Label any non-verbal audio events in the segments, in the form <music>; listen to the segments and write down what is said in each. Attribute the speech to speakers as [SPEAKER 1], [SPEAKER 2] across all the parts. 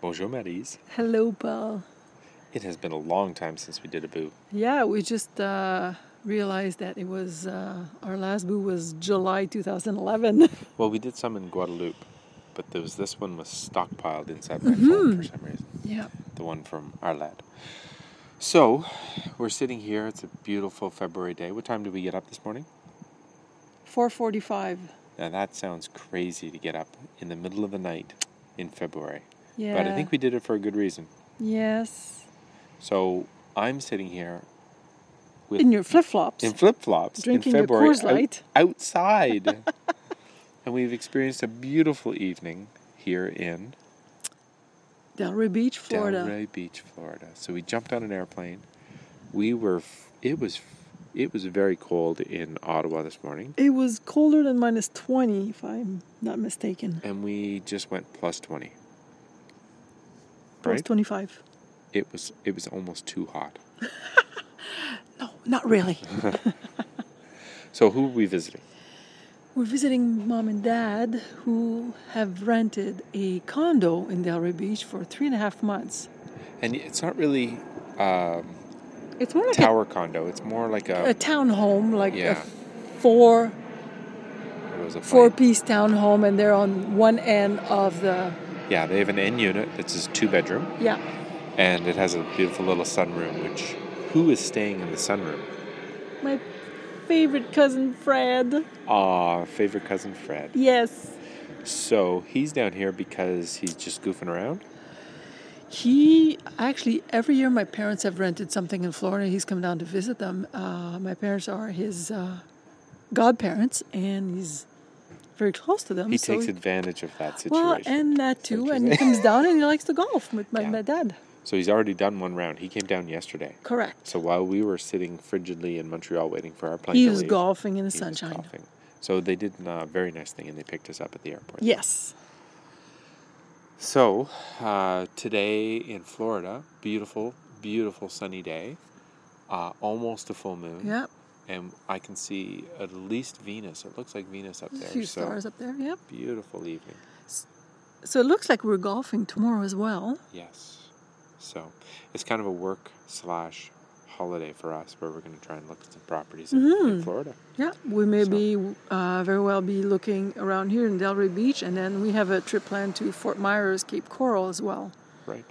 [SPEAKER 1] Bonjour, Maryse.
[SPEAKER 2] Hello, Paul.
[SPEAKER 1] It has been a long time since we did a boo.
[SPEAKER 2] Yeah, we just uh, realized that it was uh, our last boo was July 2011.
[SPEAKER 1] Well, we did some in Guadeloupe, but there was this one was stockpiled inside my phone for some reason.
[SPEAKER 2] yeah.
[SPEAKER 1] The one from our lad. So, we're sitting here. It's a beautiful February day. What time did we get up this morning?
[SPEAKER 2] 4:45.
[SPEAKER 1] Now that sounds crazy to get up in the middle of the night in February,
[SPEAKER 2] Yeah.
[SPEAKER 1] but I think we did it for a good reason.
[SPEAKER 2] Yes.
[SPEAKER 1] So I'm sitting here with
[SPEAKER 2] In your flip-flops.
[SPEAKER 1] in flip flops in
[SPEAKER 2] Drinking your
[SPEAKER 1] February
[SPEAKER 2] Coors Light.
[SPEAKER 1] out-
[SPEAKER 2] <laughs>
[SPEAKER 1] outside. and we've experienced a beautiful evening here in
[SPEAKER 2] Delray Beach, Florida.
[SPEAKER 1] Delray Beach, Florida. So we jumped on an airplane. We were f- it was f- it was very cold in Ottawa this morning,
[SPEAKER 2] It was colder than minus 20 if I'm not mistaken.
[SPEAKER 1] and we just went plus 20.
[SPEAKER 2] Plus
[SPEAKER 1] Right?
[SPEAKER 2] 25.
[SPEAKER 1] It was it was almost too hot.
[SPEAKER 2] No, not really.
[SPEAKER 1] So who were we visiting?
[SPEAKER 2] We're visiting mom and dad who have rented a condo in Delray Beach for three and a half months.
[SPEAKER 1] And it's not really um,
[SPEAKER 2] It's more like a
[SPEAKER 1] tower condo. It's more like
[SPEAKER 2] a
[SPEAKER 1] a,
[SPEAKER 2] townhome, like a
[SPEAKER 1] Yeah.
[SPEAKER 2] four
[SPEAKER 1] it was a
[SPEAKER 2] four
[SPEAKER 1] plane.
[SPEAKER 2] piece townhome, and they're on one end of the
[SPEAKER 1] Yeah, they have an end unit that's just two bedroom.
[SPEAKER 2] yeah.
[SPEAKER 1] and it has a beautiful little sunroom which who is staying in the sunroom
[SPEAKER 2] My favorite cousin Fred.
[SPEAKER 1] our favorite cousin fred
[SPEAKER 2] Yes,
[SPEAKER 1] so he's down here because he's just goofing around
[SPEAKER 2] he actually every year my parents have rented something in Florida. He's come down to visit them. Uh, my parents are his uh, godparents, and he's very close to them.
[SPEAKER 1] he
[SPEAKER 2] so
[SPEAKER 1] takes advantage of that situation
[SPEAKER 2] Well, and that too, and he
[SPEAKER 1] interesting.
[SPEAKER 2] comes down and he likes to golf with my,
[SPEAKER 1] Yeah.
[SPEAKER 2] my dad.
[SPEAKER 1] so he's already done one round he came down yesterday
[SPEAKER 2] Correct.
[SPEAKER 1] so while we were sitting frigidly in montreal waiting for our plane
[SPEAKER 2] He
[SPEAKER 1] to
[SPEAKER 2] was
[SPEAKER 1] leave,
[SPEAKER 2] golfing in the
[SPEAKER 1] he was
[SPEAKER 2] sunshine.
[SPEAKER 1] golfing. so they did a very nice thing and they picked us up at the airport
[SPEAKER 2] Yes.
[SPEAKER 1] So, uh, today in Florida, beautiful, beautiful sunny day, uh, almost a full moon.
[SPEAKER 2] Yep.
[SPEAKER 1] And I can see at least Venus. It looks like Venus up there.
[SPEAKER 2] A few
[SPEAKER 1] so,
[SPEAKER 2] stars up there. Yep.
[SPEAKER 1] beautiful evening.
[SPEAKER 2] So it looks like we're golfing tomorrow as well.
[SPEAKER 1] Yes. So, it's kind of a work slash holiday for us where we're going to try and look at some properties in-
[SPEAKER 2] Mm-hmm.
[SPEAKER 1] in Florida.
[SPEAKER 2] Yeah, we may be uh, very well be looking around here in Delray Beach, and then we have a trip planned to Fort Myers, Cape Coral as well.
[SPEAKER 1] Right.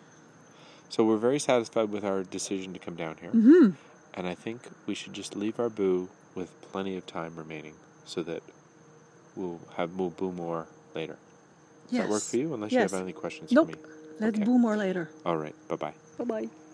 [SPEAKER 1] So we're very satisfied with our decision to come down here.
[SPEAKER 2] Mm-hmm.
[SPEAKER 1] And I think we should just leave our boo with plenty of time remaining so that we'll have we'll boo more later. Does that work for you? Unless you
[SPEAKER 2] Yes.
[SPEAKER 1] have any questions
[SPEAKER 2] Nope.
[SPEAKER 1] for me.
[SPEAKER 2] Let's
[SPEAKER 1] Okay.
[SPEAKER 2] boo more later.
[SPEAKER 1] All right. Bye bye.
[SPEAKER 2] Bye bye.